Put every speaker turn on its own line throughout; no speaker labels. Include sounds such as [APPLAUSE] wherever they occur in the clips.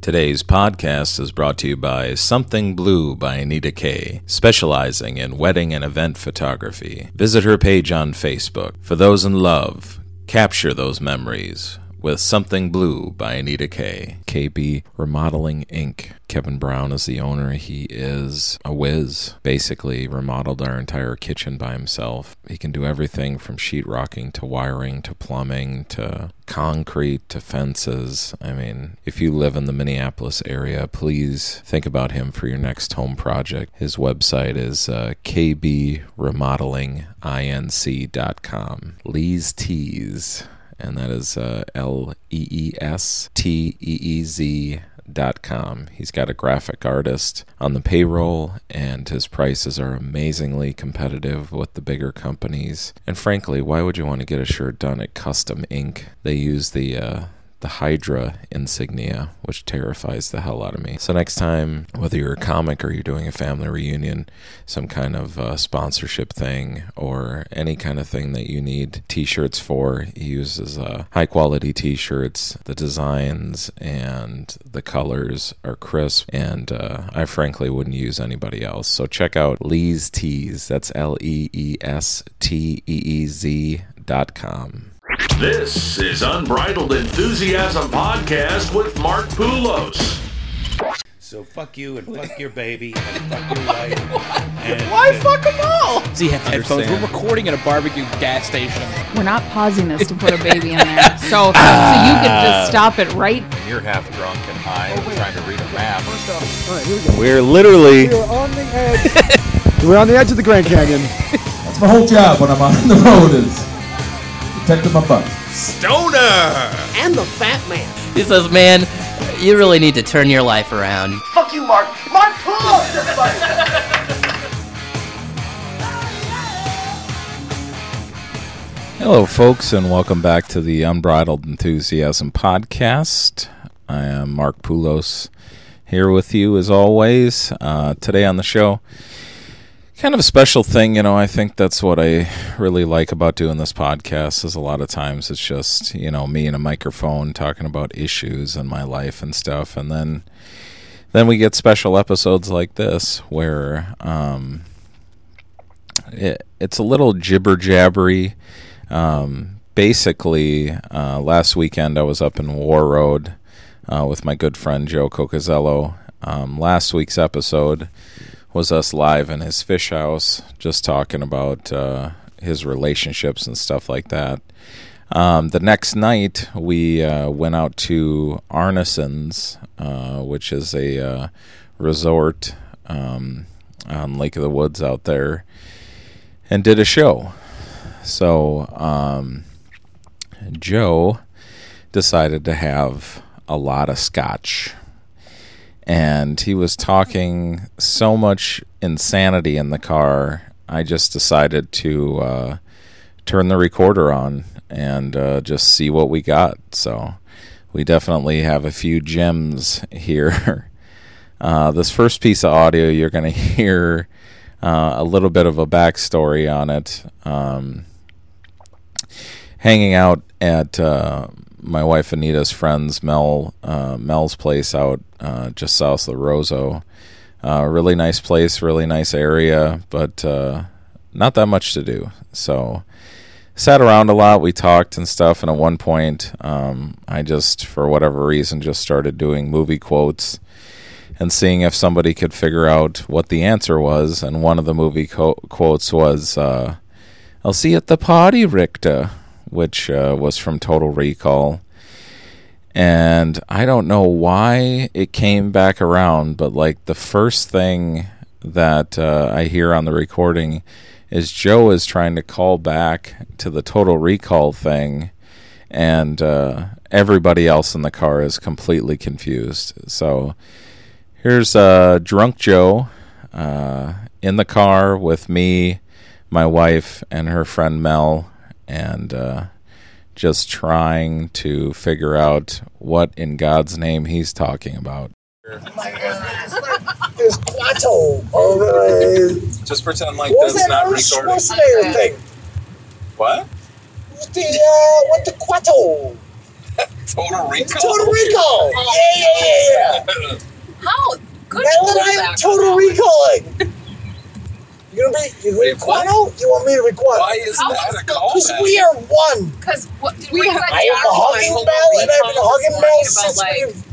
Today's podcast is brought to you by Something Blue by Anita Kay, specializing in wedding and event photography. Visit her page on Facebook. For those in love, capture those memories with Something Blue by Anita Kay. KB Remodeling Inc. Kevin Brown is the owner. He is a whiz. Basically, remodeled our entire kitchen by himself. He can do everything from sheetrocking to wiring to plumbing to concrete to fences. I mean, if you live in the Minneapolis area, please think about him for your next home project. His website is uh, kbremodelinginc.com. Lee's Tees and that is uh, L E E S T E E Z dot com. He's got a graphic artist on the payroll, and his prices are amazingly competitive with the bigger companies. And frankly, why would you want to get a shirt done at Custom Ink? They use the uh, the Hydra insignia, which terrifies the hell out of me. So next time, whether you're a comic or you're doing a family reunion, some kind of uh, sponsorship thing, or any kind of thing that you need t-shirts for, he uses uh, high-quality t-shirts. The designs and the colors are crisp, and uh, I frankly wouldn't use anybody else. So check out Lee's Tees. That's E L-E-E-S-T-E-E-Z E dot com.
This is Unbridled Enthusiasm Podcast with Mark Poulos.
So fuck you and fuck
[LAUGHS]
your baby and fuck your wife. And,
Why fuck them all?
See, have headphones. We're recording at a barbecue gas station.
We're not pausing this to put a baby in there. So, so you could just stop it right.
You're half drunk and high and trying to read a map.
We're literally
We're on the edge. We're on the edge of the Grand Canyon.
That's my whole job when I'm on the road is protecting my butt.
Stoner!
And the fat man.
He says, man, you really need to turn your life around.
Fuck you, Mark. Mark Poulos, everybody.
Hello, folks, and welcome back to the Unbridled Enthusiasm Podcast. I am Mark Poulos here with you as always. Uh, today on the show, kind of a special thing you know i think that's what i really like about doing this podcast is a lot of times it's just you know me and a microphone talking about issues in my life and stuff and then then we get special episodes like this where um it, it's a little jibber jabbery um basically uh last weekend i was up in war road uh, with my good friend joe cocazello um last week's episode was us live in his fish house, just talking about uh, his relationships and stuff like that. Um, the next night, we uh, went out to Arneson's, uh, which is a uh, resort um, on Lake of the Woods out there, and did a show. So um, Joe decided to have a lot of scotch and he was talking so much insanity in the car. I just decided to uh, turn the recorder on and uh, just see what we got. So we definitely have a few gems here. [LAUGHS] Uh, this first piece of audio, you're going to [LAUGHS] hear uh, a little bit of a backstory on it. Um, hanging out at uh, my wife Anita's friends Mel uh, Mel's place out uh, just south of Roseau. Uh, really nice place, really nice area, but uh, not that much to do. So sat around a lot. We talked and stuff. And at one point, um, I just for whatever reason just started doing movie quotes and seeing if somebody could figure out what the answer was. And one of the movie co- quotes was, uh, "I'll see you at the party, Richter." which uh, was from Total Recall. And I don't know why it came back around, but like the first thing that uh, I hear on the recording is Joe is trying to call back to the Total Recall thing, and uh, everybody else in the car is completely confused. So here's uh, Drunk Joe uh, in the car with me, my wife, and her friend Mel and uh, just trying to figure out what in God's name he's talking about.
There's Quato. Oh,
Just pretend like this
what was
is
that
not
Arnold
recording.
Schwarzenegger thing?
What?
Who's the uh, what the Quato?
Total
It's
Recall?
Total Recall. Yeah, yeah, yeah, yeah. Total recalling. You're gonna be you ready Quano? You want me to be Quano? Why
is
that a call? Because we are one.
Because
we have. I am a hugging bell, and I've been hugging bell since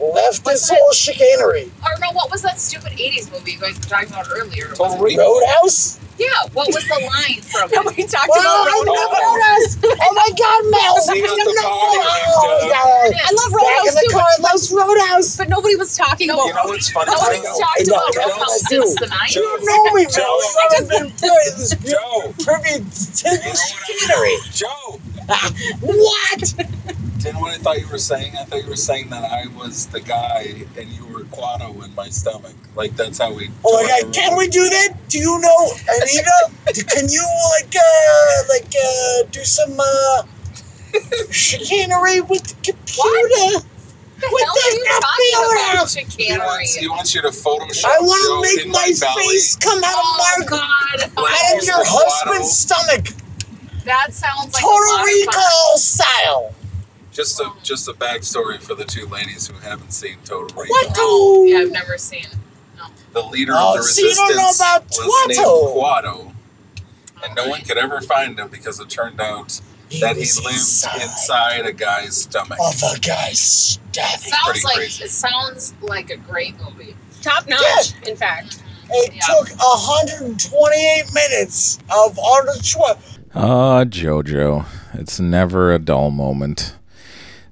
we left this whole chicanery.
Or no, what was that stupid '80s movie you guys were talking about earlier? Was it-
[LAUGHS] Roadhouse.
Yeah, what was the line
[LAUGHS]
from? Nobody talked
Well, I love Roadhouse. Oh my God, Mel!
We got the
Oh,
body
yeah.
I love
Back
Roadhouse
in the
too.
car, I love Roadhouse.
But nobody was talking about.
You know what's funny?
Nobody's talked
I know.
about
I know.
Roadhouse
I do.
since the '90s.
You don't know me, Mel. You haven't been doing this privy to this chicanery.
Joe.
[LAUGHS] what?
Didn't what I thought you were saying? I thought you were saying that I was the guy and you were Quano in my stomach. Like that's how we.
Oh my god, can we do that? Do you know Anita? D- Can you like uh like uh do some uh chicanery with the computer?
hell are you talking about
He wants, he wants you to Photoshop.
I want
Joe
to make
in
my
belly.
face come out
Oh,
of my
God.
out of
Where's
your
the bottle?
husband's stomach,
That sounds like a lot
Total
of
Recall style.
Just a just a backstory for the two ladies who haven't seen Total Recall.
What
fun. Yeah, I've never seen. it.
The leader
Oh,
of the
so you
resistance
don't know about
was named
Tuato.
Quado, and no one could ever find him because it turned out that he
was
lived inside. a guy's stomach.
Of a guy's
It
stomach.
sounds
pretty
like
crazy.
it sounds like a great movie. Top
notch,
in fact.
It took 128 minutes of Arnold Schwarzenegger.
Ah, JoJo. It's never a dull moment.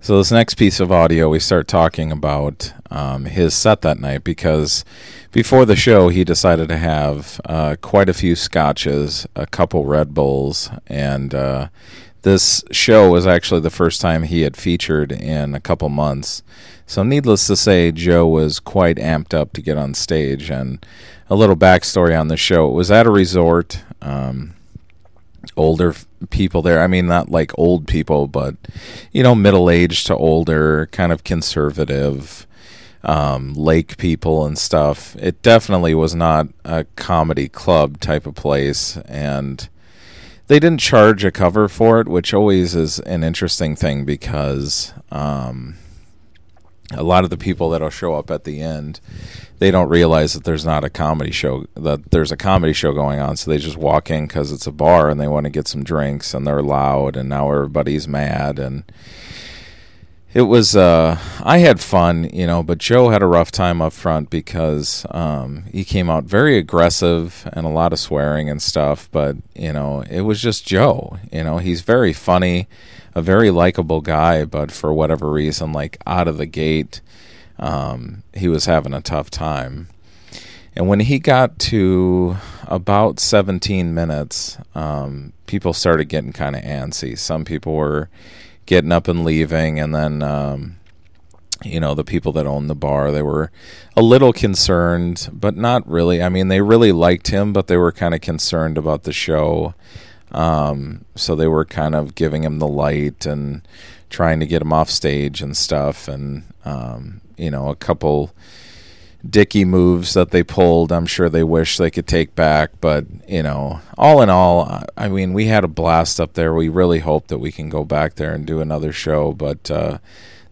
So, this next piece of audio, we start talking about um, his set that night because before the show, he decided to have uh, quite a few scotches, a couple Red Bulls, and uh, this show was actually the first time he had featured in a couple months. So, needless to say, Joe was quite amped up to get on stage. And a little backstory on the show it was at a resort. Um, older f- people there. I mean, not like old people, but you know, middle aged to older, kind of conservative, um, lake people and stuff. It definitely was not a comedy club type of place, and they didn't charge a cover for it, which always is an interesting thing because. Um, a lot of the people that'll show up at the end, they don't realize that there's not a comedy show that there's a comedy show going on, so they just walk in because it's a bar and they want to get some drinks and they're loud and now everybody's mad and it was uh I had fun, you know, but Joe had a rough time up front because um he came out very aggressive and a lot of swearing and stuff, but you know, it was just Joe. You know, he's very funny, a very likable guy, but for whatever reason, like out of the gate, um, he was having a tough time. And when he got to about 17 minutes, um, people started getting kind of antsy. Some people were getting up and leaving, and then um, you know the people that owned the bar they were a little concerned, but not really. I mean, they really liked him, but they were kind of concerned about the show. Um, so they were kind of giving him the light and trying to get him off stage and stuff, and um, you know a couple. Dicky moves that they pulled. I'm sure they wish they could take back, but you know, all in all, I- I mean, we had a blast up there. We really hope that we can go back there and do another show. But uh,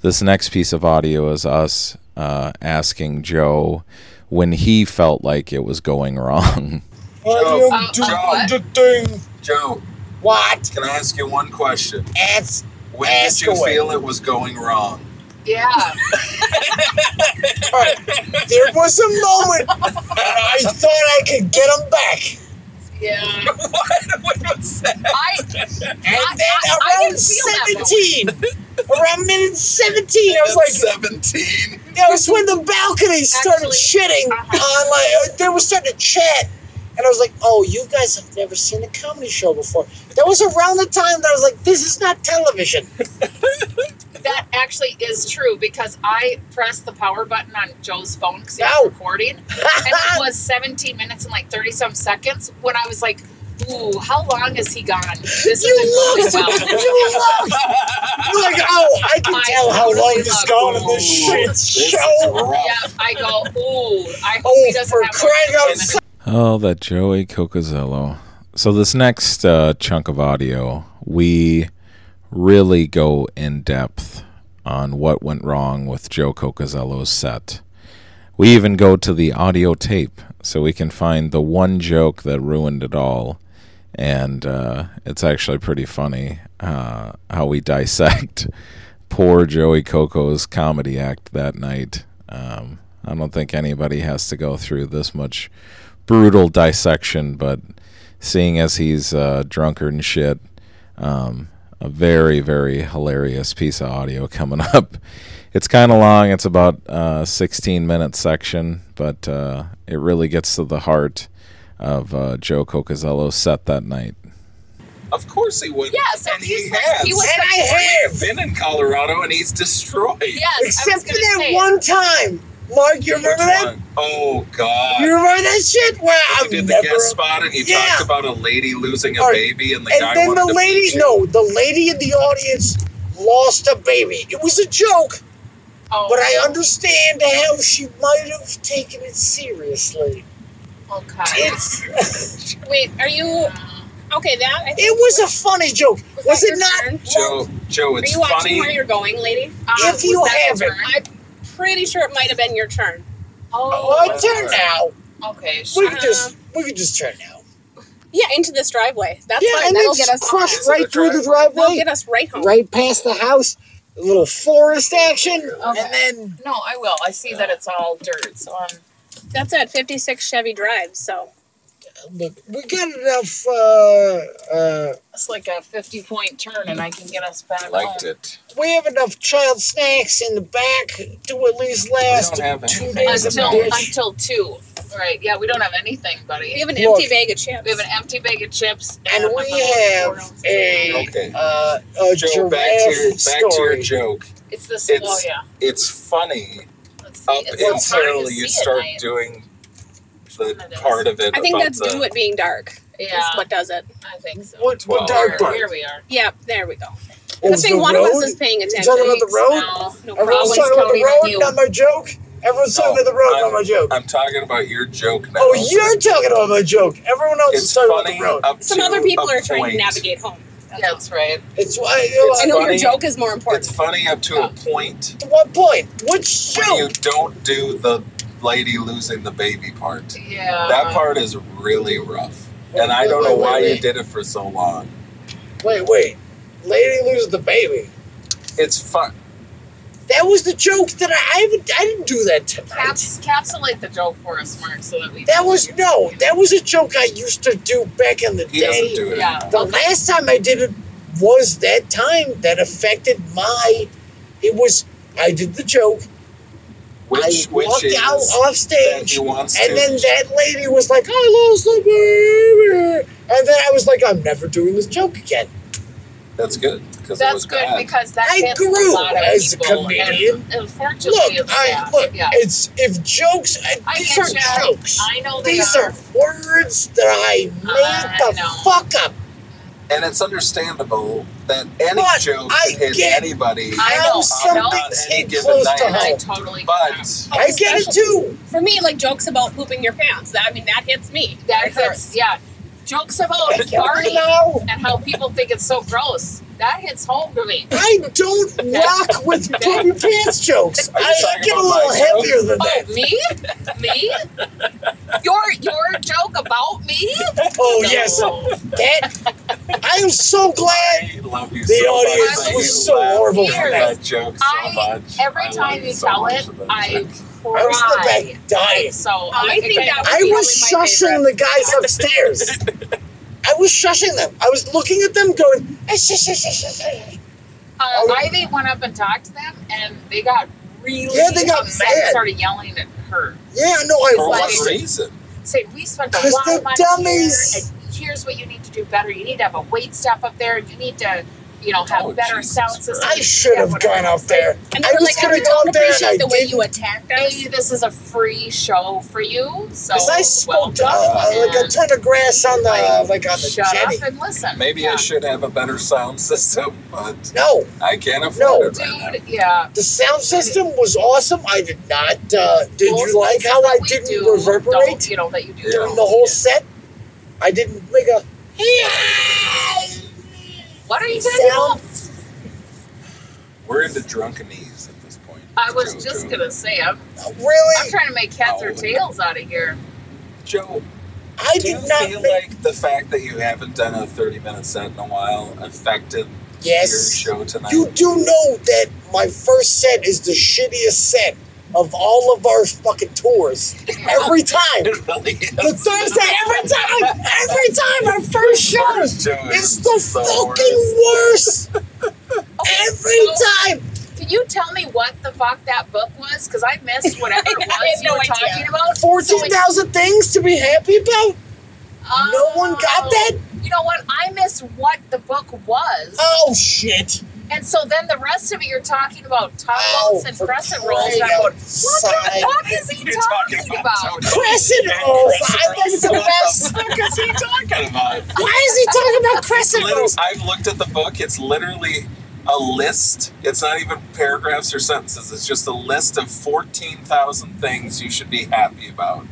this next piece of audio is us uh, asking Joe when he felt like it was going [LAUGHS] wrong.
Joe,
Uh, uh,
Joe,
what?
the thing.
Joe,
What?
can I ask you one question?
Ask,
when
ask
did you
away.
feel it was going wrong?
Yeah.
[LAUGHS]
There was a
[LAUGHS]
moment I thought I could get him back.
Yeah.
what was that?
I,
And then
I, I, I
around
didn't feel that moment.
17, [LAUGHS] around minute 17, I was like,
17.
that was when the balcony started shitting
uh-huh.
on my, uh, they were starting to chat. And I was like, oh, you guys have never seen a comedy show before. That was around the time that I was like, this is not
[LAUGHS]
television.
That actually is true because I pressed the power button on Joe's phone because he was recording, and
[LAUGHS]
it was 17 minutes and like 30 some seconds when I was like, "Ooh, how long is he gone? This
You
isn't
looked!
going
You looked! You're like, oh, I can tell how long this has gone in this shit show.
well." Yeah, I go, "Ooh, I hope
Oh,
he doesn't
For
have more
crying out
chicken."
Oh, that Joey Cocozello. So this next uh, chunk of audio, we really go in depth on what went wrong with Joe Cocozello's set. We even go to the audio tape so we can find the one joke that ruined it all. And uh, it's actually pretty funny uh, how we dissect poor Joey Coco's comedy act that night. Um, I don't think anybody has to go through this much brutal dissection, but seeing as he's uh, drunkard and shit, um, a very, very hilarious piece of audio [LAUGHS] coming up. It's kind of long. It's about uh, 16 minute section, but uh, it really gets to the heart of uh, Joe Cocazello's set that night.
Of course he would.
Yeah, so
and
he's
he
like-
has.
he was
and
like-
I have been in Colorado, and he's destroyed.
Yes,
Except for that one time. Mark, you remember that?
Oh God!
You remember that shit? Where
You
I'm
did the
never
guest spot, and you
Yeah.
talked about a lady losing a
All right.
baby, and the guy
and then
wanted to
the
beat
lady
you.
no the lady in the audience lost a baby it was a joke
Oh.
but i understand how she might have taken it seriously
Okay.
it's
Wait, are you okay? That I think
it was a funny joke was,
that
it
your
not
turn?
Joe, Joe, it's
are you watching
funny.
where you're going, lady?
Um,
If you
was that your
have it.
turn? I'm pretty sure it might have been your turn.
Oh, my turn now
Okay,
we could
Um,
just we could just turn now
Yeah, into this driveway. That's
yeah
fine.
and
That'll
then
get us
crush
home.
right through the
That'll
driveway
get us right home.
right past the house a little forest action and then
No, I will. I see that it's all dirt, so I'm.
That's at 56 Chevy Drive. So
look, we got enough uh uh
It's like a 50 point turn, and I can get us back home.
it.
We have enough child snacks in the back to at least last two days of
until,
dish.
until 2. Right, yeah, we don't have anything, buddy.
we have an
Look.
empty bag of chips.
We have an empty bag of chips.
And
a
we
little-
have a
Okay.
uh, a
Joe, back to your
giraffe
back to your
story.
joke.
It's the
It's
oh yeah.
it's funny up
it's
what's
hard to
until you
see at
start
night.
doing the part of it.
I think
about
that's
the,
due it being dark.
Yeah.
Is what does it?
I think so.
What, what
Well,
dark
here-
part?
Here we are.
Yep. There we go.
What
Good
was
thing
the
one of
road?
us is paying
You
attention.
talking about the road?
No, no
Everyone's
problem.
talking about
Counting
the
on
road,
you.
not my joke. Everyone's talking about the road, not my joke.
I'm talking about your joke now.
Oh, you're talking about my joke. Everyone else is
It's
talking about the
funny uh,
road.
up
Some
to
other people
a
are trying to
point.
navigate home.
Yeah, that's right.
It's why.
It's
I know
funny.
your joke is more important.
It's funny up to a point
At what point? Which
when you
joke?
don't do the lady losing the baby part.
Yeah.
That part is really rough, and I don't know why you did it for so long.
Wait, wait. Lady loses the baby.
It's fun.
That was the joke that I, I haven't. I didn't do that tonight.
Caps, capsulate the joke for us, Mark, so that we.
That was no, that was a joke I used to do back in the
He
day.
doesn't do it.
Yeah.
The last time I did it was that time that affected my. It was I did the joke.
Which
I
which
walked
is
out off
that
stage,
he wants to.
and then that lady was like, "I lost the baby," and then I was like, "I'm never doing this joke again."
that's good. 'cause it was
That's good
bad.
because that
I
hits
grew
a lot of
as a
people,
comedian.
And unfortunately,
Look,
it's
I
bad.
look.
Yeah.
It's if jokes. uh,
I
these
get
are
you.
jokes.
I know they
These
are.
are words that I made
I
the
know.
fuck up.
and it's understandable that any
But
joke
I
hits
get
anybody
I
how
know, I know.
something's
On any
in
given
close to
night.
I
home.
totally.
But
I get
[LAUGHS]
it too.
For me, like jokes about pooping your pants. That, I mean, that hits me.
that hurts. Yeah. Jokes about
I get it
farting
now.
and how people think it's so gross. That hits home to me.
I don't rock with
[LAUGHS]
poopy pants jokes.
Are you
I
talking
get a
about
little
my joke?
heavier than
Oh,
[LAUGHS] that. [LAUGHS]
me? Me? Your your joke about me?
Oh
No.
yes, [LAUGHS] that. I
[LAUGHS]
am so glad.
I love you
The
so
audience
much.
was
You
so
laugh
horrible
at
for
that joke so
I-
much. I
Every
love
time you
so
tell
much
it,
about
I
that.
cry.
I was in the back dying.
So
I think that
I
Probably
was
my
shushing
[LAUGHS]
the guys upstairs. I was shushing them. I was looking at them, going, "Eh, shush, shush, shush, shush, shush."
uh, Ivy went up and talked to them, and they got really
Yeah, they got
upset
mad.
and started yelling at her.
"Yeah, no, I
For
like-
what
was."
reason?
Say, we spent a
'Cause
lot
they're
of money here,
dummies."
and here's what you need to do better. You need to have a wait staff up there. You need to, you know, have
Oh,
better
Jesus
sound system.
I should have gone up there.
And
I
they're
was
like, I
gonna go
don't
up there,
appreciate
and I
the way
didn't.
you attacked us.
Hey, this is a free show for you. So
Because I
well
smoked
done,
uh, like a
and
ton of grass on the like on the
shut
jetty.
up and listen.
Maybe I
yeah.
should have a better sound system, but
No,
I can't afford
No.
it. Right
Dude, yeah.
the sound system was awesome. I did not. Uh, did
Most
you like
things
how
that
I
we
didn't
do,
reverberate
Don't, you know that you do
Yeah.
during the whole set? I didn't make a
What are you doing?
sound.
now. We're into drunken ease at this point.
I was just gonna say I'm
really
I'm trying to make heads or tails out of here.
Joe,
I
do you feel like the fact that you haven't done a 30 minute set in a while affected
Yes.
your show tonight?
You do know that my first set is the shittiest set of all of our fucking tours. [LAUGHS] Every time. The Thursday, every time, every time our first show is the fucking worst. Every time.
Can you tell me what the fuck that book was? Because I
[LAUGHS]
missed whatever it
I
was
had
you
no
were
idea.
talking about. So it-
14,000 things to be happy about?
Oh.
no one got that?
You know what? I missed what the book was.
Oh, shit.
And so then the rest of it, you're talking about towels and crescent rolls. And I'm
Oh, crying outside.
going, what the fuck is he talking, about?
Crescent rolls. I think the best.
What the fuck is he talking about?
Why is he talking about
It's
crescent
literally-
rolls?
I've looked at the book. It's literally a list. It's not even paragraphs or sentences. It's just a list of 14,000 things you should be happy about.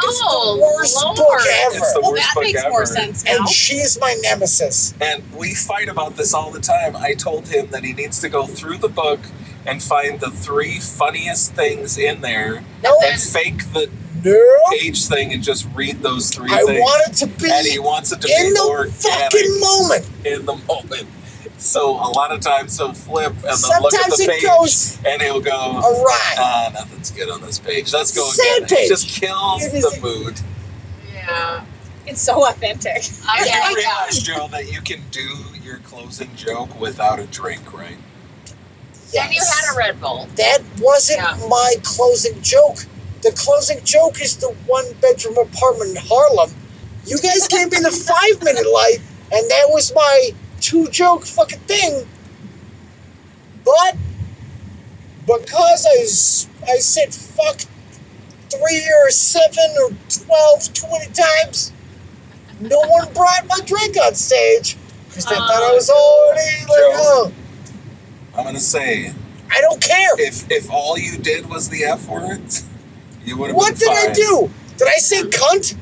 oh,
worst
Lord.
book ever.
It's the Well, worst that book makes more ever. sense now.
And she's my nemesis.
And we fight about this all the time. I told him that he needs to go through the book and find the three funniest things in there and fake the page thing and just read those three
I
things.
want it to be
and he wants it to be
in the
more
fucking moment.
In the moment. So a lot of times he'll flip and then look at
Sometimes
the
it
page
goes
and he'll go,
awry.
"Ah, nothing's good on this page. Let's go
Sad
again. It
page.
just kills
It
the mood.
Yeah.
It's so authentic.
Oh
I
You
yeah, yeah.
realize, Joe, that you can do your closing joke without a drink, right?
Then you had a Red Bull.
That wasn't my closing joke. The closing joke is the one bedroom apartment in Harlem. You guys gave me the five minute light, and that was my two joke fucking thing. But because I, s- I said fuck three or seven or 12, 20 times, no one brought my drink on stage because they thought I was already like, oh,
I'm gonna say.
I don't care.
If if all you did was the F words, you would have.
What did I do? Did I say cunt?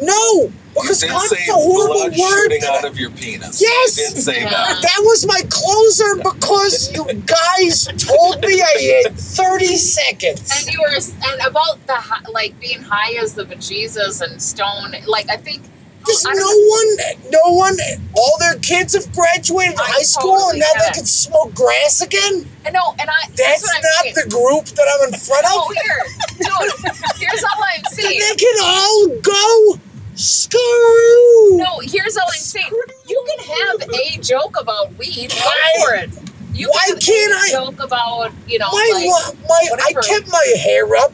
No, because
you did
cunt's
say
a horrible
blood
word.
shooting out of your penis.
Yes,
You did say
[LAUGHS]
that.
was my closer because you guys told me I had thirty seconds.
And you were, and about the hi- like being high as the bejesus and stone. Like I think
There's
I
no
don't-
one, no one. All their kids have graduated high school,
totally
and now
get
they
it.
can smoke grass again.
I know, and I.
That's,
what I'm
not
saying.
the group that I'm in front
Oh,
of.
here, dude. Here's all
[LAUGHS]
I'm saying.
They can all go screw. you.
No, here's all I'm saying. You can have a joke about weed. Go for it. You
why
can have
can't
a
I-
joke about you know
my,
like
lo- my, I
whatever.
kept my hair up.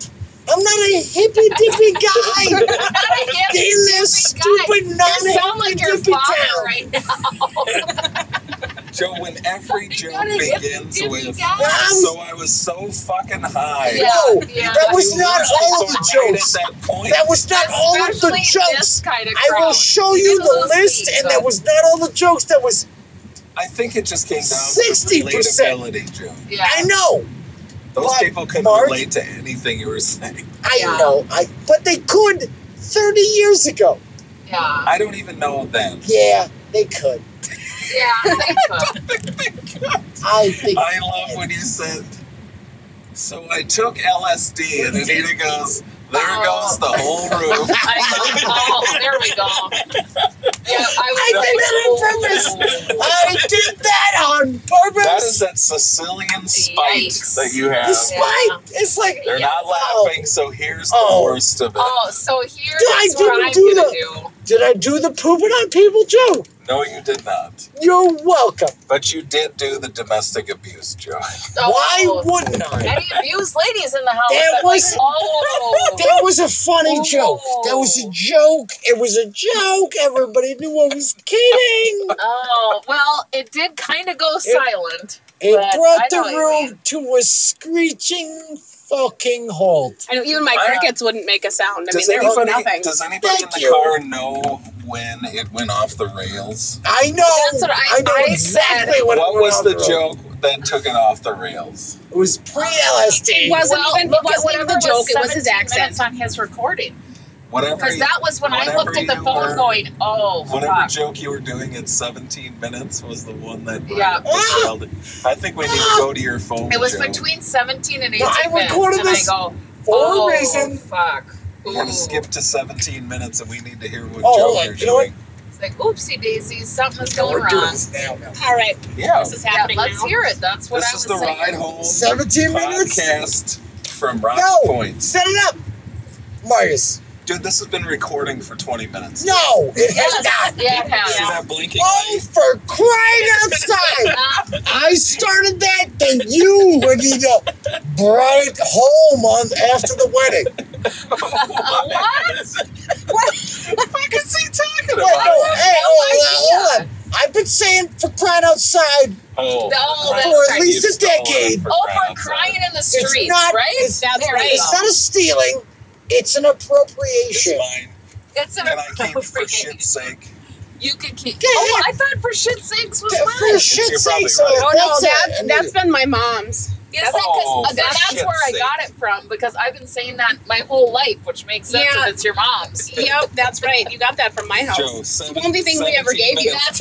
I'm not a hippy dippy guy.
[LAUGHS] You're not a hippy
in this stupid
You
non hippy
sound like your
dippy
father
town.
right now.
Joe, when every joke
gotta get
begins
the
with,
guy.
so I was so fucking high.
Yeah,
No,
yeah.
that was
You
not
were
all of the
right
jokes.
at that point.
That was not all of the
Especially in
jokes.
this kind of
I will
crowd.
show
You
you
get a
the
little
list,
speed,
and
so-
that was not all the jokes. That was
I think it just came down to
60%.
relatability, Joe.
Yeah.
I know,
Those
But,
people couldn't
Mark-
relate to anything you were saying.
I
Yeah.
know, I but they could 30 years ago.
Yeah.
I don't even know then.
Yeah, they could.
Yeah. I think so.
I
[LAUGHS]
think
I love when you said. So I took LSD, and Anita goes, "There goes the whole
[LAUGHS]
room."
I know. Oh, [LAUGHS] there we go. Yeah, I was oh.
I did that on purpose. I did that on purpose.
That is that Sicilian spite
Yikes.
that you have.
The spike. It's like
They're not laughing, so here's the
Oh.
worst of it.
Oh, so here's
Dude, I
what
didn't
I'm
do
gonna
that.
do.
Did I do the pooping on people, Joe?
No, you did not.
You're welcome.
But you did do the domestic abuse, Joe.
So,
Why wouldn't I?
Oh, Any abused ladies in the house?
That
I'm
was-
Like, oh.
[LAUGHS] That was a funny
Oh.
joke. That was a joke. It was a joke. Everybody knew I was kidding.
Oh, well, it did kind of go silent.
It
But I
brought
know what
the
you
room to a screeching fucking halt.
I know even my
Wow.
crickets wouldn't make a sound. I mean,
Does
there was
anybody,
nothing.
does anybody in
Thank
the
you.
car know when it went off the rails?
I know.
That's what I-
I, know
I said.
exactly what, it
What was
on
the
road.
joke that took it off the rails?
It was pre LSD.
It wasn't
Well,
even,
look
it
at
wasn't even
whatever
the joke. It was his
17
accent.
minutes on his recording.
Whatever.
Because that was when I
whatever
looked at the
you
phone
were-
going, oh,
Whatever
fuck.
joke you were doing in 17 minutes was the one that
Yeah.
nailed it. I think we need to go to your phone.
It was
Joe.
between 17 and 18
Well, I
minutes,
recorded
and
this
I go,
for a
oh,
reason."
fuck.
We're gonna skip to 17 minutes, and we need to hear what
Oh,
Joe
hold on.
you're
You know what?
doing.
It's like, oopsie daisy, something's
No,
going
we're doing
wrong.
this now, now.
All right.
Yeah.
This is happening Let's hear it. That's what
This
I was
is the
saying.
ride
[LAUGHS]
home. 17 minutes. Podcast from Rock
No,
Point.
Set it up. Marius.
Dude, this has been recording for 20 minutes.
No, it
Yes,
has not.
yeah, it has. See that blinking
Oh, for crying
[LAUGHS]
outside! I started that, then you would need to brought it home on after the
[LAUGHS]
wedding. What?
What the fuck is he talking
Wait,
about?
no, hey, oh, hold on. I've been saying for crying outside
Oh,
No, that's
for at
right.
least
You
a decade.
Oh, for crying in the
It's
streets,
not-
right?
It's,
That's
it's-
right.
It's not a stealing. It's an appropriation.
It's an
I
[LAUGHS]
came for shit's sake.
You could keep. Oh, I thought for shit sakes was mine.
For shit's sake, so
Oh no,
that's,
that's
it.
that's been my
Is
mom's.
that 'cause-
Oh,
uh, that-
for
that's where I
shit's
got it from because I've been saying that my whole life, which makes sense
Yeah.
if it's your mom's.
Yep, that's right. You got that from my house.
Joe,
it's the
seven-
only thing we ever
17
gave you.
minutes. Let's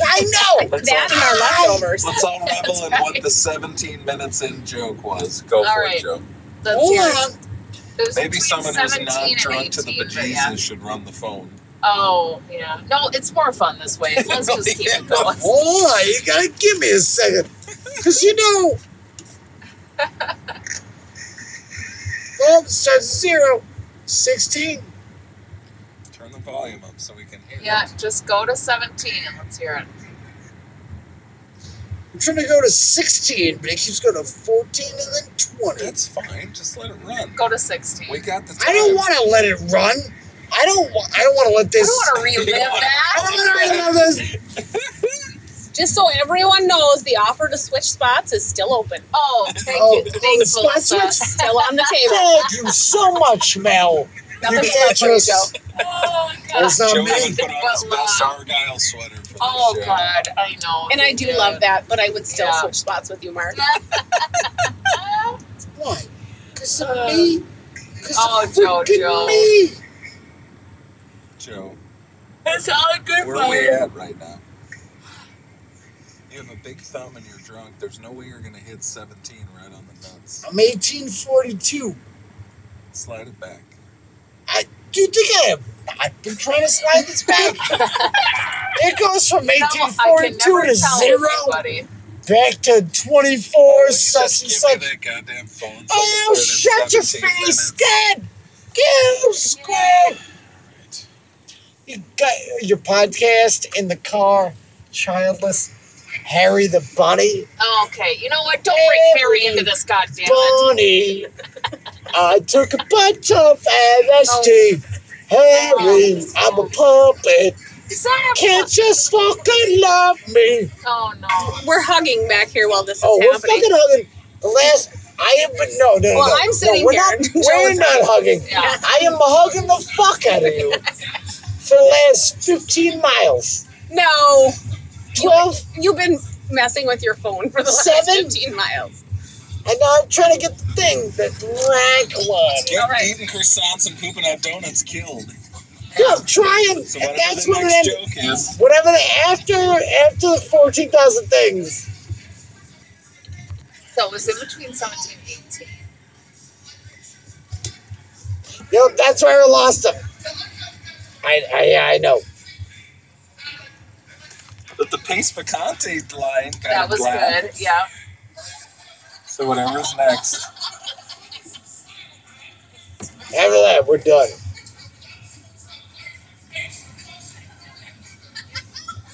all-
that and our leftovers.
Let's all revel in what the 17 minutes in joke was. Go
All
for
right.
it, Joe.
That's
Hold
your-
on.
It was
Maybe
between
someone who's
17
not
and
drunk to the
18, but
bejesus
yeah.
should run the phone.
Oh, yeah. No, it's more fun
[LAUGHS]
this way. Let's just keep it going.
Hold on, you gotta give me a second. Because you know. well, it starts at zero. 16.
Turn the volume up so we can hear.
Yeah, just go to 17 and let's hear it.
I'm trying to go to 16, but it keeps going to 14 and then 20.
That's fine. Just let it run.
Go to 16.
We got the time.
I don't want to let it run. I don't. wa- I don't want to let this.
I don't wanna relive
[LAUGHS]
that.
I don't want to relive this.
Just so everyone knows, the offer to switch spots is still open.
[LAUGHS]
Oh, thank
Oh,
you.
oh, the
Thanks,
spot
Melissa.
switch?
[LAUGHS] Still on the
[LAUGHS]
table.
Thank you so much, Mel.
Nothing
you
but for you,
actress.
Joe.
Oh,
It's not
Joe
me.
even put on his best Argyle sweater. For the
Oh,
show.
God. I know.
And I do love that, but I would still
Yeah.
switch spots with you, Mark.
Why? Because of
Uh,
me. Because
oh,
of
Joe,
freaking
Joe.
me.
Joe,
It's all good
where are we at right now? You have a big thumb and you're drunk. There's no way you're going to hit 17 right on the fence.
I'm 1842.
Slide it back.
Do you think I am? I've been trying to slide this back.
[LAUGHS]
it goes from
I can
1842
never
to
tell
zero
everybody.
back to 24 such and such.
That goddamn phone.
Oh, shut your face, Dad! Go, squid! You got your podcast in the car, childless. Harry the bunny.
Okay, you know what? Don't bring Harry into this, goddamn it. [LAUGHS]
Bunny! I took a bunch of
Oh.
LSD. Harry, I'm a puppet.
Is that a-
Can't just fucking love me.
Oh, no.
We're hugging back here while this is
Oh, we're
happening.
fucking hugging. The last, I have been, no, no, no.
Well,
no.
I'm
No,
sitting
we're
here.
Not,
Joe
we're
is
not hugging.
Yeah.
I am hugging the fuck out of you for the last 15 miles.
No,
12,
you've been messing with your phone for the last
Seven?
15 miles.
and now I'm trying to get the thing that rank one.
Get eating croissants and pooping out donuts killed.
Yeah, I'm trying,
So
and
whatever
that's
the
what
next
it
joke is,
ended. Whatever the after, after the 14,000 things.
So it was in between 17 and 18.
You know, that's where I lost them. I, I, yeah, I know.
but the pace picante line got
That was good. Yeah.
So whatever's next.
After that, we're done.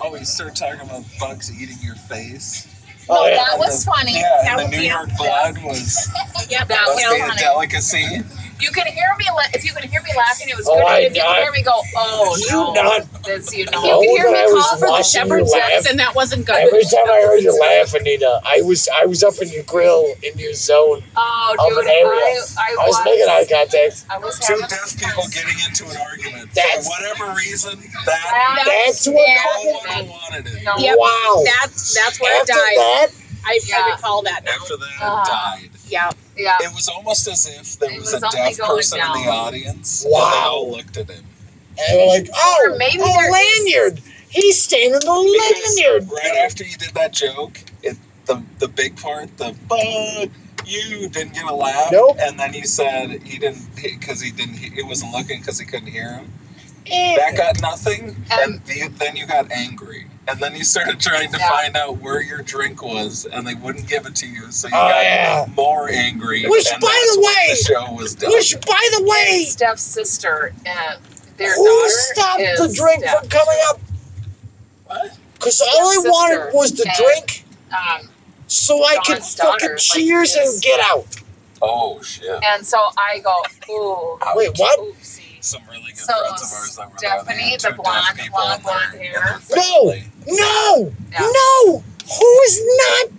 Oh, you start talking about bugs eating your face.
Oh, yeah.
That was funny.
Yeah, and
That
the
was-
New
yeah.
York blood was
Yeah, that
must be
was
a
funny.
delicacy.
You can hear me. La- if you can hear me laughing, it was
Oh,
good.
I-
And if you
I-
can hear me go, oh
You
no,
not-
that's you
No,
know.
you could hear
that I
me
was
call for the
watching you
shepherd's
laugh.
axe, and that wasn't good.
Every time I heard you laugh, Anita, I was I was up in your grill in your zone
[LAUGHS] Oh,
of
dude,
an area.
I, I,
was making eye contact.
I was
Two
having.
deaf people getting into an argument
That's-
for whatever reason. That
That-
That's what
Yeah.
no one
happened.
wanted it.
no,
Yep.
Wow.
That's that's where
After
it died.
that,
I,
Yeah.
I recall that now.
After that,
Uh,
it died.
Yeah.
yeah,
It was almost as if there
It
was,
was
a
only
deaf
going
person in
down.
the audience. And they
Wow.
all looked at him.
And we're like, oh,
Or maybe
oh,
there is-
lanyard. He's staying in the
Because
lanyard.
right after you did that joke, it, the the big part, the "Bah," you didn't get a laugh. Nope. And then he said he didn't because he didn't. He it wasn't looking because he couldn't hear him. That got nothing, and the, then you got angry, and then you started trying to find out where your drink was, and they wouldn't give it to you, so you
Oh,
got
yeah.
more angry.
Which,
and
by
that's
the
when
way-
the show was done.
Which, by the way,
Steph's sister and their
who
daughter
stopped
is
the drink
Steph.
from coming up? Because all I
Steph's
wanted
sister
was the
and,
drink
Um,
so I could
Dawn's daughter,
fucking
like,
cheers
is-
and get out.
Oh shit!
And so I go, ooh.
Wait, what?
Some really
good friends of ours that were Stephanie, the blonde, blonde, blonde hair.
No, no, no. Who is not?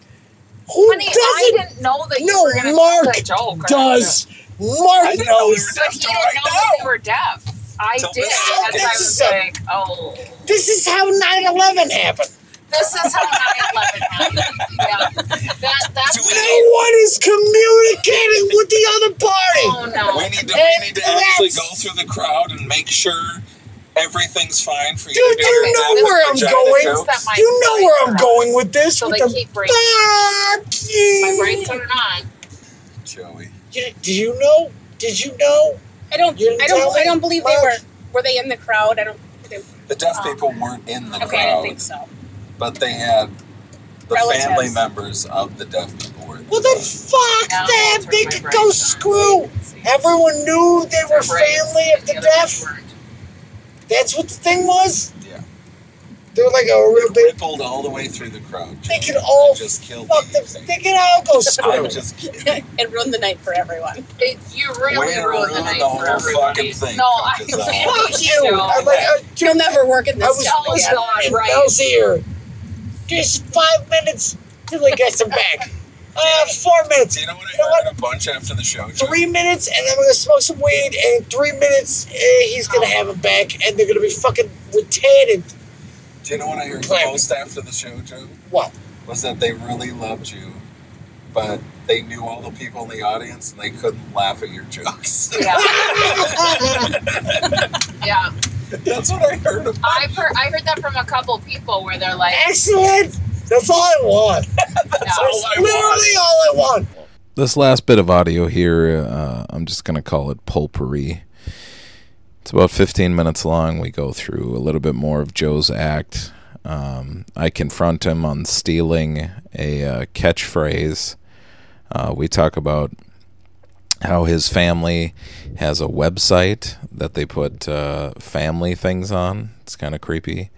Who
Honey,
doesn't?
I didn't know that you
no,
were gonna do
Mark
that joke. I
does.
I
Mark
didn't know
knows.
But he didn't know that they were deaf. I
Tell
did.
this
That's why I was
second.
like, oh.
This is how 9/11 happened.
This is how 9 11 happened. Yeah. That, that's
No one is communicating with the other
Oh,
party.
no.
We need to, we need to actually go through the crowd and make sure everything's fine for you.
Dude,
to do
you
your
know
vagina
where I'm
jokes.
going. You know where I'm going with this.
So
with
they
the
keep breaking.
Fuck
My
you.
brain's turning on.
Joey.
You- Do you know? Did you know?
I don't.
You didn't
I
tell
don't.
me?
I don't believe they were. Were they in the crowd? I don't. They,
The deaf people weren't in the
okay, I
crowd,
don't think so. [LAUGHS]
but they had the
Relatives.
family members of the deaf people were.
Well, then fuck them. They could go screw. Everyone knew they were family of the deaf. That's what the thing was.
Yeah.
They were like a real big.
Pulled all the way through the crowd.
They could all
Just killed
fuck them. They could all go screw.
I'm
[LAUGHS]
just
it ruined the night for everyone.
It, you
Way
really
to
ruined
ruin
the night
the whole
for everybody.
fucking thing,
No, I [LAUGHS]
Princess Anne.
Fuck you. I'm like, uh,
You'll never work in
I
this
was
job
listening
again.
God,
in
right.
Mel's ear. Just five minutes till he gets him back. Uh, four minutes. You know what?
a bunch after the show.
Three minutes, and then we're gonna smoke some weed. And in three minutes, eh, he's gonna have him back, and they're gonna be fucking retarded.
Do you know what I heard most after the show, Joe?
What?
Was that they really loved you, but they knew all the people in the audience and they couldn't laugh at your jokes.
[LAUGHS]
Yeah.
That's what I heard.
I've heard, I heard that from a couple people where they're like,
Excellent. That's all I want. That's literally all I want.
This last bit of audio here, uh, I'm just going to call it potpourri. It's about 15 minutes long. We go through a little bit more of Joe's act. Um, I confront him on stealing a uh, catchphrase. Uh, we talk about how his family has a website that they put uh, family things on. It's kind of creepy.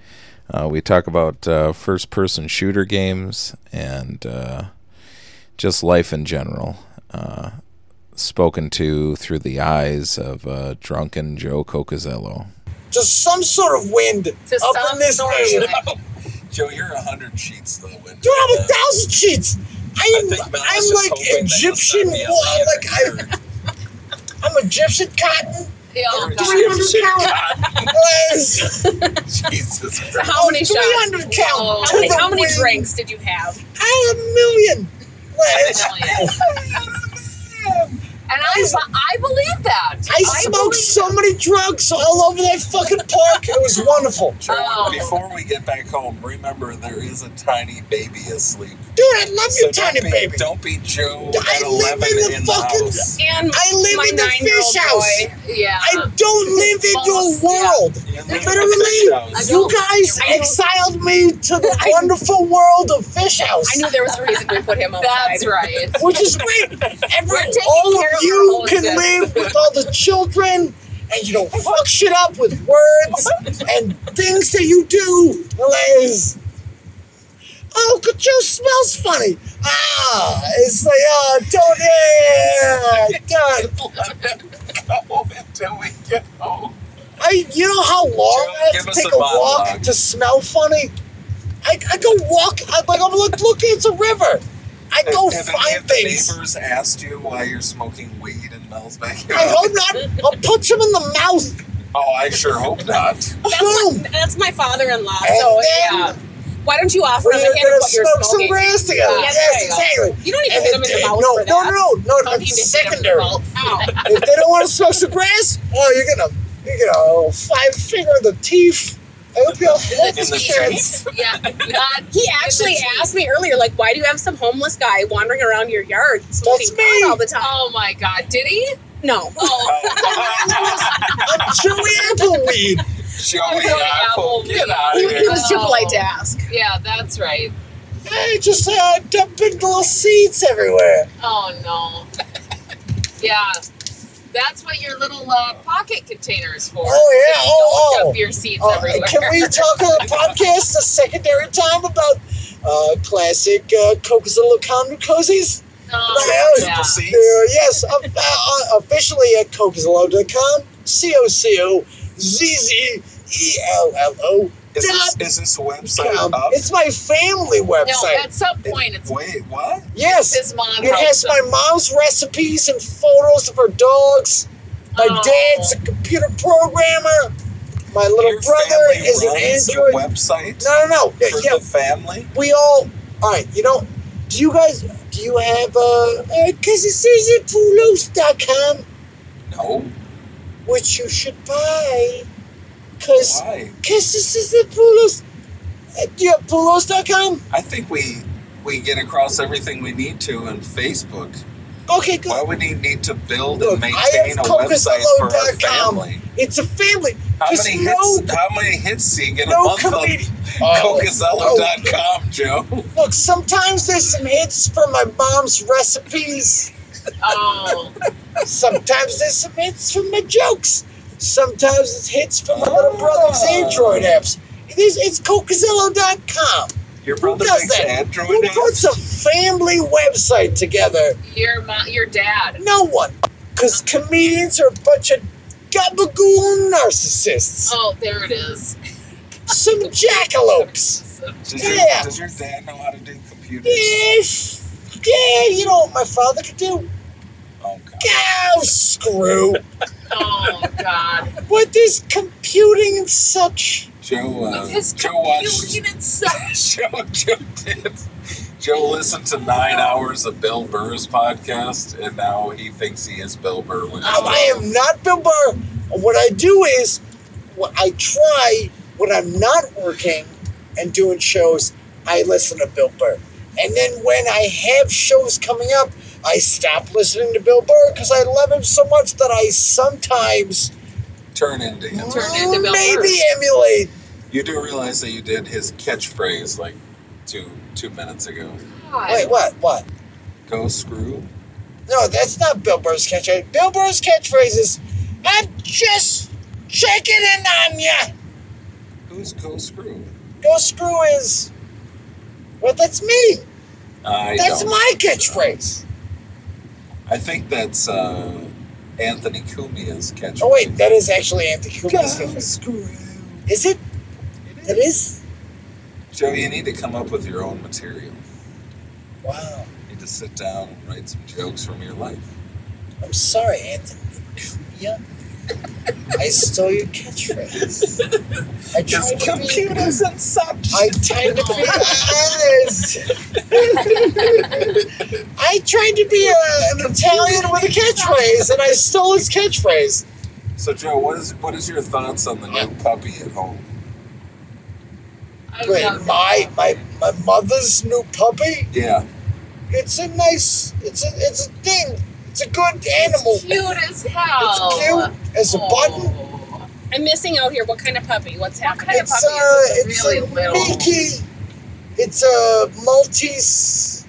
Uh, we talk about uh, first person shooter games and uh, just life in general. Uh, spoken to through the eyes of uh, drunken Joe Cocazello.
Just some sort of wind up in this [LAUGHS] nation.
Joe, you're a hundred sheets though. When
Dude, I'm a thousand sheets. I am. I'm like Egyptian. Well, like I, I'm Egyptian cotton.
oh, God.
Three hundred pounds. [LAUGHS]
Jesus
So [LAUGHS] how many shots?
300 Oh, count
How
to
many,
the
how many
wind.
drinks did you have?
I had a million. Liz.
And I, I believe that.
[LAUGHS] I smoked so many drugs all over that fucking park. It was wonderful. Dude,
Before we get back home, remember there is a tiny baby asleep.
I love
So
your
don't
tiny
be-
baby.
Don't be Joe
I
at 11
live in the
in the
fucking.
house.
And
I live
my
in the
nine-year-old um,
fish house.
boy. Yeah.
I don't live in your world.
[LAUGHS] Literally,
you guys exiled me to the wonderful world of Fish House.
I knew there was a reason we
[LAUGHS]
put him outside.
That's right.
Which is great. Every,
[LAUGHS] We're taking
all of
care of
you
our
can
hostess.
live with all the children, and you don't fuck shit up with words and things that you do, Liz. Oh, could you smells funny. Ah, it's like, oh, don't, yeah, God.
Until we get home.
I, you know how long I
Give
have to
us
take
a
a walk
monologue.
to smell funny? I, I go walk, I'm like, I'm like, look, it's a river. I go
Have any
find
of the
things.
neighbors asked you why you're smoking weed in Mel's backyard?
I hope not. I'll punch him in the mouth.
Oh, I sure hope
[LAUGHS]
not.
That's, my, that's my father-in-law.
And
So
then-
yeah. Why don't you offer him
We're
a hand
gonna
of what you're
smoke some
smoking?
grass together.
Yeah,
yes,
there you go.
exactly.
You don't even
And
hit
if
him in
they-
the mouth
no, no,
for that.
no, no, no, that's
hit him in the
secondary.
mouth.
if they don't want to smoke some grass, oh, you're gonna you know, five finger in the teeth. I hope
[LAUGHS]
you all have insurance.
oh,
[LAUGHS]
yeah. he actually asked me earlier, like, why do you have some homeless guy wandering around your yard smoking pot all the time? Oh my god, did he? No.
I'm chewing apple weed.
Joey Apple, get out of
he,
here.
he was too polite to ask.
Yeah, that's right.
Hey, just uh, dumping little seeds everywhere.
Oh
[LAUGHS]
no. yeah, that's what your little uh, pocket container is for.
Oh yeah.
So you
oh
don't
oh.
dump your seeds
Uh,
everywhere.
Can we
[LAUGHS]
talk
[LAUGHS]
on the podcast a secondary time about uh, classic uh, Coca-Cola common cozies?
Oh,
Yeah.
yeah.
Uh, yes, uh, uh, officially at Coca-Cola.com, C O C O Z Z E L L O.
Is this, is this website
com.
up?
It's my family website.
No, at some point it's
Wait, what?
Yes,
His mom
it has
helps
my
him.
mom's recipes and photos of her dogs. My
Oh.
dad's a computer programmer. My little brother
Family
is an
runs a
Android.
website
No, no, no. Yeah,
for
yeah.
the family.
We all. All right, you know. Do you guys? Do you have uh? Because it says at Poulos.com,
No.
which you should buy. Because
Why?
because this is at Poulos. Uh, do you have Poulos.com?
I think we we get across everything we need to on Facebook.
Okay, good.
Why would we need to build
Look,
and
I
maintain
have
a website for our
Coca-Cola.com.
family?
It's a family.
How
'Cause
many
no,
hits? How many hits do you get
no Oh.
a month
comedian-
on Cocazello.com, Joe?
Look, sometimes there's some hits from my mom's recipes.
Oh,
Sometimes there's some hits from my jokes. Sometimes it's hits from my little brother's
Ah.
Android apps. It is, it's Cocazello.com.
Your brother
Who does
makes
that?
Android
Who
apps?
puts a family website together?
your mom, your dad.
No one. Because comedians are a bunch of gabagool narcissists.
Oh, there it is.
Some jackalopes.
Does,
Yeah.
your, does your dad know how to do computers?
Yes. Yeah, you know what my father could do?
Oh,
Go screw.
Oh God.
With this computing and such.
Joe, uh,
His
Joe watched.
computing and
[LAUGHS]
such.
Joe, Joe did. Joe listened to
Oh.
nine hours of Bill Burr's podcast, and now he thinks he is Bill Burr. When he's
Um, I am not Bill Burr. What I do is, what I try when I'm not working and doing shows, I listen to Bill Burr. And then when I have shows coming up, I stop listening to Bill Burr because I love him so much that I sometimes
Turn into him.
Turn into Bill
maybe
Burr.
emulate.
You do realize that you did his catchphrase like two two minutes ago.
God.
Wait, what? What?
Go screw.
No, that's not Bill Burr's catchphrase. Bill Burr's catchphrase is, I'm just checking in on ya.
Who's go screw?
Go screw is, well, that's me.
I
That's
don't.
my catchphrase.
I think that's uh, Anthony Cumia's catchphrase.
Oh wait, that is actually Anthony Cumia's
Go
catchphrase. Is it? It is.
Joe, you need to come up with your own material.
Wow.
You need to sit down and write some jokes from your life.
I'm sorry, Anthony Cumia. I stole your catchphrase. I tried to be.
computers and such.
I tried to be honest. I tried to be a, an Italian with a catchphrase, and I stole his catchphrase.
So, Joe, what is what is your thoughts on the new puppy at home?
I
Wait,
love that.
my my my mother's new puppy.
Yeah,
It's a nice. It's a it's a thing. It's a good animal.
Cute as hell.
It's cute as a button.
Oh.
I'm missing out here. What kind of puppy? What's happening?
kind of
It's
puppy
uh,
is it?
it's
Really
a
little.
Mickey. It's a Maltese.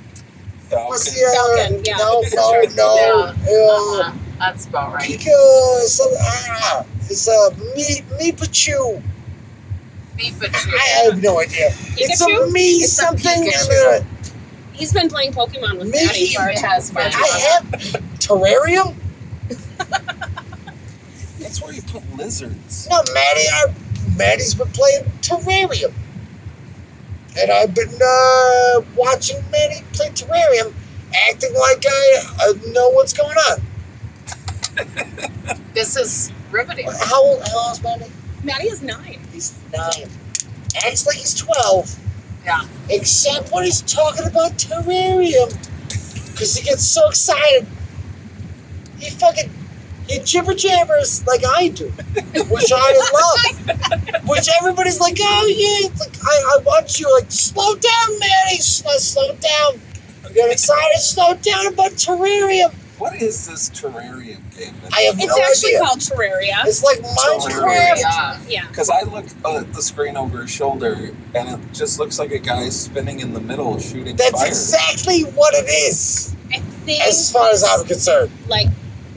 What's the
Falcon.
other?
Falcon, yeah.
No, no, no. Uh,
Uh-huh. That's about right.
Pika. Some, ah, it's a me, me Pikachu.
Me, but
I have no idea. It's a
Pikachu?
me
It's a
something.
Pikachu.
and
He's been playing Pokemon with
uh, Me?
Daddy for
He
has
has
a-
been.
I have terrarium.
That's where you put lizards.
No, Maddie, I, Maddie's been playing Terrarium. And I've been uh, watching Maddie play Terrarium, acting like I uh, know what's going on.
This is riveting.
How old, how old is Maddie?
Maddie is nine.
He's nine. Acts like he's 12,
Yeah.
except when he's talking about Terrarium. Because he gets so excited. He fucking It jibber jabbers like I do, which I love. Which everybody's like, oh yeah, it's like I, I watch you like slow down, Manny, slow, slow down. I'm getting excited. Slow down about terrarium.
What is this terrarium game?
I have
it's
no
actually
idea.
called Terraria.
It's like
Minecraft. Yeah.
Because I look uh, at the screen over his shoulder, and it just looks like a guy spinning in the middle shooting
That's
fire.
exactly what it is,
I think
as far as I'm concerned.
like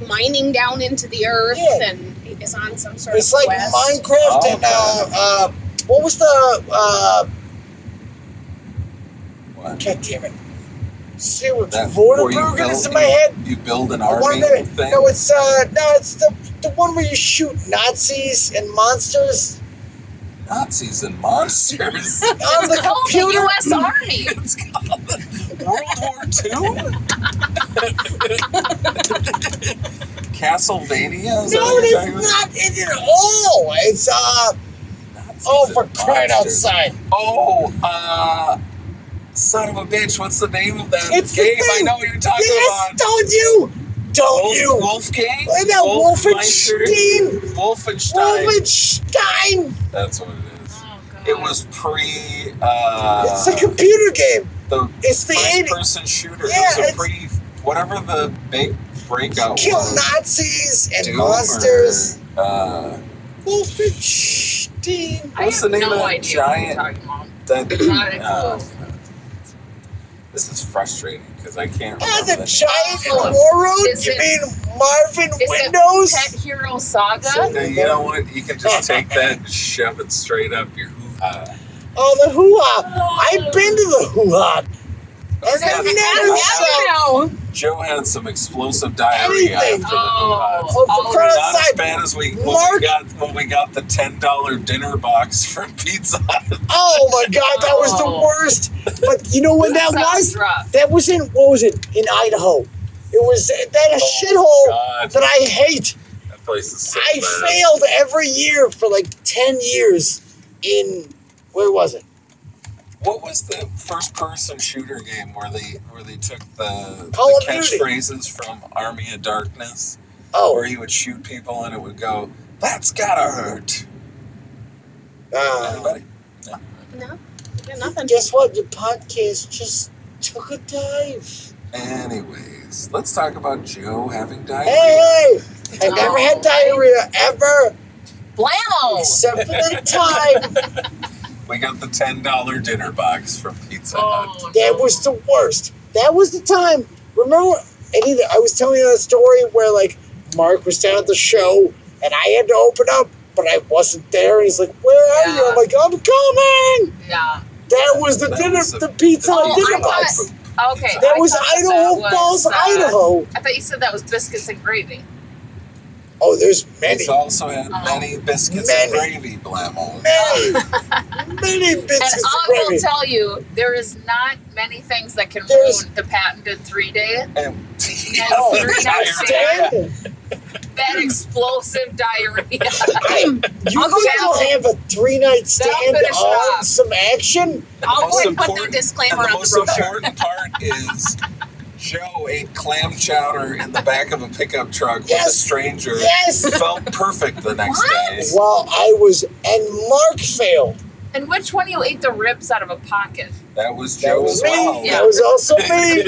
mining down into the earth and it's on some sort
It's
of
like
quest.
Oh,
Minecraft and uh, uh, what was the uh, God damn it! See what
That where you
Vortigern is
build-
in my head.
You build an
The one
army
that-
thing.
No, it's uh, no, it's the the one where you shoot Nazis and monsters.
Nazis and
[LAUGHS]
monsters.
On the computer.
It's called the World War II. Castlevania. Is that
No,
what
it
you're talking
is
about?
not it at all. It's uh. oh, for crying out
monsters.
outside!
Oh, uh, son of a bitch! What's the name of that
It's the
game? I
thing.
know what you're talking
Yes,
about.
don't you? Don't
Wolf-
you?
Wolfgang?
Look at that
Wolf-
Wolfenstein.
Wolfenstein.
Wolfenstein.
That's what it is. it was pre. Uh,
it's a computer game.
the
It's the
first
80s.
person shooter.
Yeah,
it was
it's-
a pre. Whatever the big breakout
Kill
was.
Nazis and
Doom
monsters.
Or, uh,
Wolfenstein.
what's the name of that giant? That,
Not a clue.
uh, this is frustrating because I can't.
Ah,
remember
the
the
giant
name.
warroad?
Is
You
it-
mean Marvin
Is
Windows?
it Pet Hero Saga?
Yeah, you know what? You can just take that and shove it straight up your uh, hoo-ha.
Oh, the hoo ha! I've been to the hoo ha! And I've never tried
Joe had some explosive diarrhea after
Anything.
the
Oh,
hoo-ha.
oh, for crying
Not as
outside.
bad as we, when, we
Mark-
got, when we got the $10 dinner box [LAUGHS] from Pizza Hut.
Oh my god, that was the
Oh.
worst! But you know when that
That
was?
sounds rough.
That was in what was it? In Idaho. It was that a shithole that I hate.
That place is so
I
bad.
failed every year for like ten years. In where was it?
What was the first person shooter game where they where they took the,
Call
the
of Duty.
catchphrases from Army of Darkness?
Oh.
Where he would shoot people and it would go, That's gotta hurt. Anybody?
No, yeah,
uh,
nothing.
Guess what? Your podcast just took a dive.
Anyways, let's talk about Joe having diarrhea.
Hey, hey! I never had diarrhea ever.
Blammo!
Except for that time.
We got the ten dollar dinner box from Pizza
Oh,
Hut.
That was the worst. That was the time. Remember, and either, I was telling you that story where like Mark was down at the show and I had to open up, but I wasn't there. And he's like, "Where are you?" I'm like, "I'm coming."
Yeah.
That was the dinner, the pizza
Oh,
dinner
I
box.
thought- okay.
That
I
was
thought
Idaho
that
Falls,
was, uh,
Idaho.
I thought you said that was biscuits and gravy.
Oh, there's
It's also had
Uh-huh.
many biscuits and gravy, Blammo. [LAUGHS]
many biscuits
And
and
I will
gravy.
tell you, there is not many things that can ruin the patented three day.
[LAUGHS] Oh,
three night stand.
Damn. [CLEARS THROAT]
That explosive diarrhea. [LAUGHS]
You
I'll go
think
get
I'll
it.
have a three night stand
finish it
on
off.
some action?
I'll
Most
go and Oh, put that
important-
disclaimer
and the
on
most
the brochure.
important part is Joe ate clam chowder in the back of a pickup truck with a
Yes.
stranger.
Yes.
Felt perfect the next day.
While I was, and Mark failed.
And which one you ate the ribs out of a pocket?
That was Joe
was
as
me.
well.
That was also me.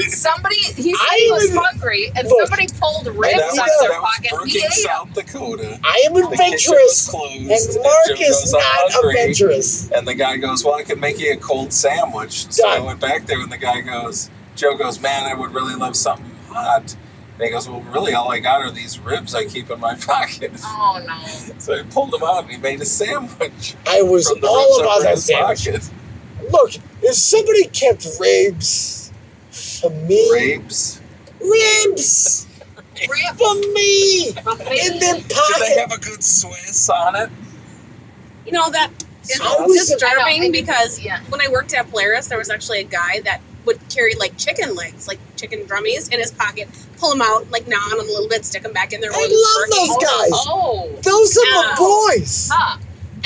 [LAUGHS]
Somebody, he said
I
he was
even-
hungry, and
Look,
somebody pulled
And that
ribs
was,
out of their
that was
pocket. We
Brookings,
ate them.
South Dakota.
I am
The kitchen was
adventurous, and
closed,
Mark
Joe
is
goes, "I'm
not
hungry."
adventurous.
And the guy goes, Well, I can make you a cold sandwich. So I
Done.
went back there, and the guy goes, Joe goes, Man, I would really love something hot. And he goes, Well, really, all I got are these ribs I keep in my [LAUGHS] pocket.
Oh no!
So I pulled them out, and he made a sandwich.
I was
from the
all
ribs I
about
put in
that
his
sandwich.
pocket.
Look, if somebody kept ribs for me,
Ribs.
ribs for me in their
Did they
pocket,
have a good Swiss on it?
You know that is
I was-
I
disturbing
don't-
because
yeah.
when I worked at Polaris, there was actually a guy that would carry like chicken legs, like chicken drummies, in his pocket, pull them out, like gnaw on them a little bit, stick them back in there.
I love those guys.
Oh,
those are my
Ow.
boys.
huh.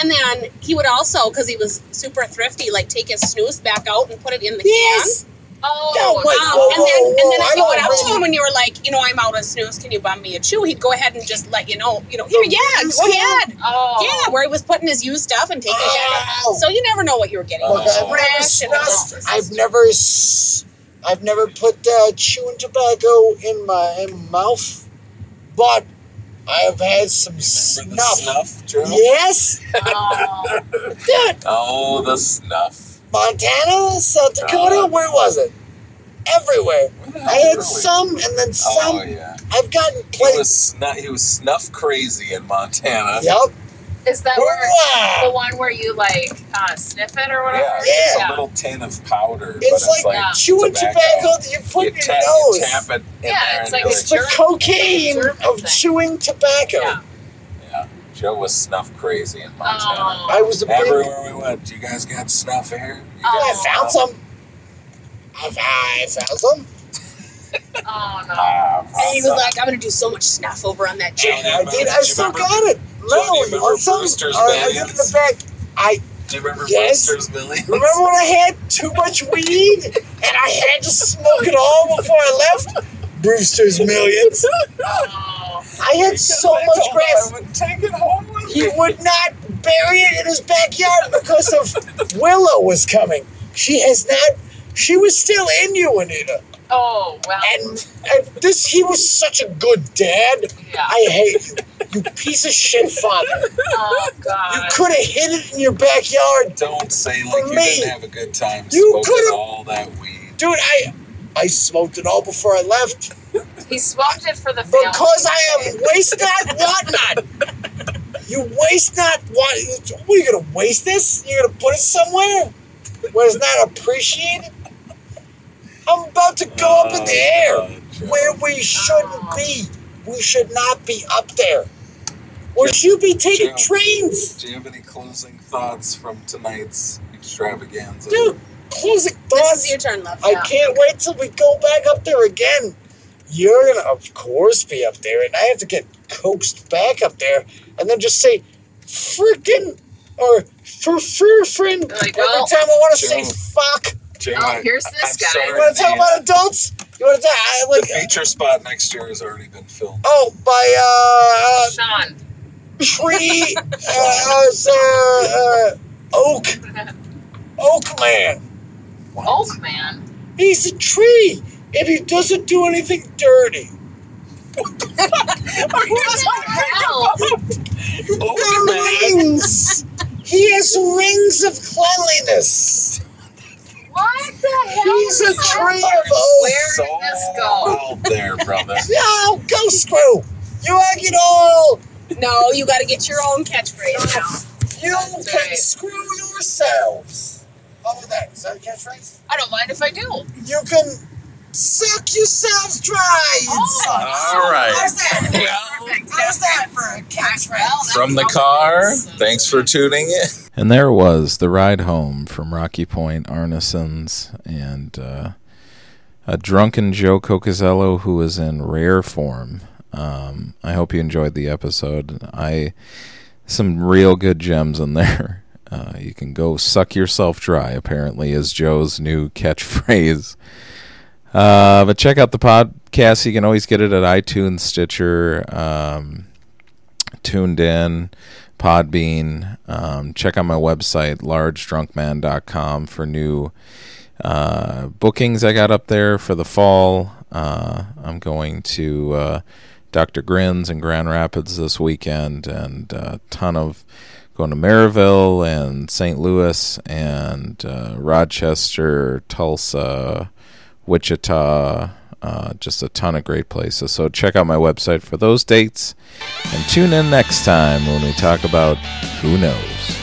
And then he would also, because he was super thrifty, like take his snooze back out and put it in the
Yes.
can.
Oh,
No,
wait,
um,
whoa,
and then
whoa,
and then
whoa,
I
I
think when I
don't
was
really-
home and you were like, you know, I'm out of snooze. Can you bum me a chew? He'd go ahead and just let you know, you know, here, yeah,
used
go
one?
ahead,
Oh.
yeah, where he was putting his used stuff and taking it back. So you never know what you were getting.
Oh,
Look,
It was
I've never
fresh and
snuffed- I've never, s- I've never put uh, chewing tobacco in my mouth, but I've had some snuff.
Snuff, Joe?
Yes, dude,
Oh, the snuff.
Montana, South Dakota, where was it? Everywhere. I had some, and then some. I've gotten
Oh, He was, snuff, he was snuff crazy in Montana.
Yep.
Is that
Wow.
where, the one where you like uh, sniff it or whatever?
Yeah, it's a little tin of powder.
It's
but
like
chewing tobacco that you put
You
in your
tap-
nose.
You tap it in
Yeah,
there and
it's like
you're
a
It's the cocaine of chewing tobacco.
Joe was snuff crazy in Montana.
Oh.
I was a big-
Everywhere we went, you guys got snuff here?
I found some. I, I found some.
Oh no!
And he was like, "I'm gonna do so much snuff over on that
Johnny,
channel."
I
remember-
did.
do
I
you
still
remember-
got it. No,
Johnny, remember
on some.
Brewster's
uh, I looked in
Millions?
the back. I
Do you remember
Yes.
Brewster's Millions?
remember when I had too much weed and I had to smoke it all before I left. Brewster's Millions. I had so much grass.
take it home
he would not bury it in his backyard because of Willow was coming. She has not. She was still in you, Anita.
Oh well.
And, and this, he was such a good dad. I hate you, you piece of shit father.
Oh god.
[LAUGHS] You could have hid it in your backyard.
Don't say like
For
you
me.
didn't have a good time
You
smoking
could've-
all that weed.
Dude, I I smoked it all before I left
He swapped it for the family.
because I am waste not want not. You waste not want. What are you gonna waste this? You're gonna put it somewhere where it's not appreciated. I'm about to go up in the air where we shouldn't be. We should not be up there. We should be
Joe,
taking trains.
Do you have any closing thoughts from tonight's extravaganza?
Dude, closing thoughts. This is your
turn, love.
I can't wait till we go back up there again. You're gonna, of course, be up there, and I have to get coaxed back up there, and then just say, "Freaking" or "For for friend."
Like,
Every
well,
time I want to say
Joe.
"fuck,"
Joe,
Oh,
I-
here's
I-
this
I'm
guy.
sorry,
you want to talk
the,
about adults? You want to talk? I,
the
like,
feature spot next year has already been filled.
oh, by
Sean.
uh,
[LAUGHS]
tree, uh, uh, uh, oak, oak man.
Old man.
He's a tree, and he doesn't do anything dirty.
Oh,
The rings. He has rings of cleanliness.
What the hell?
He's a
is that?
tree of
Where
oath.
did this go?
Out there, brother.
[LAUGHS]
No, go screw. You like it all.
No, you got to get your own catchphrase now.
You can screw yourselves. Oh, that is that a catchphrase?
I don't mind if I do.
You can suck yourselves dry.
Oh,
All right.
How's that?
Perfect.
How's that for a catchphrase?
From the car, thanks for tuning in.
And there was the ride home from Rocky Point, Arneson's, and uh, a drunken Joe Cocazello who was in rare form. Um, I hope you enjoyed the episode. I some real good gems in there. [LAUGHS] Uh, you can go suck yourself dry. Apparently, is Joe's new catchphrase. Uh, but check out the podcast. You can always get it at iTunes, Stitcher. Um, tuned in podbean um, check out my website largedrunkman.com for new uh, bookings i got up there for the fall uh, i'm going to uh, dr grins in grand rapids this weekend and a ton of going to maryville and st louis and uh, rochester tulsa Wichita, uh, just a ton of great places. So check out my website for those dates and tune in next time when we talk about who knows.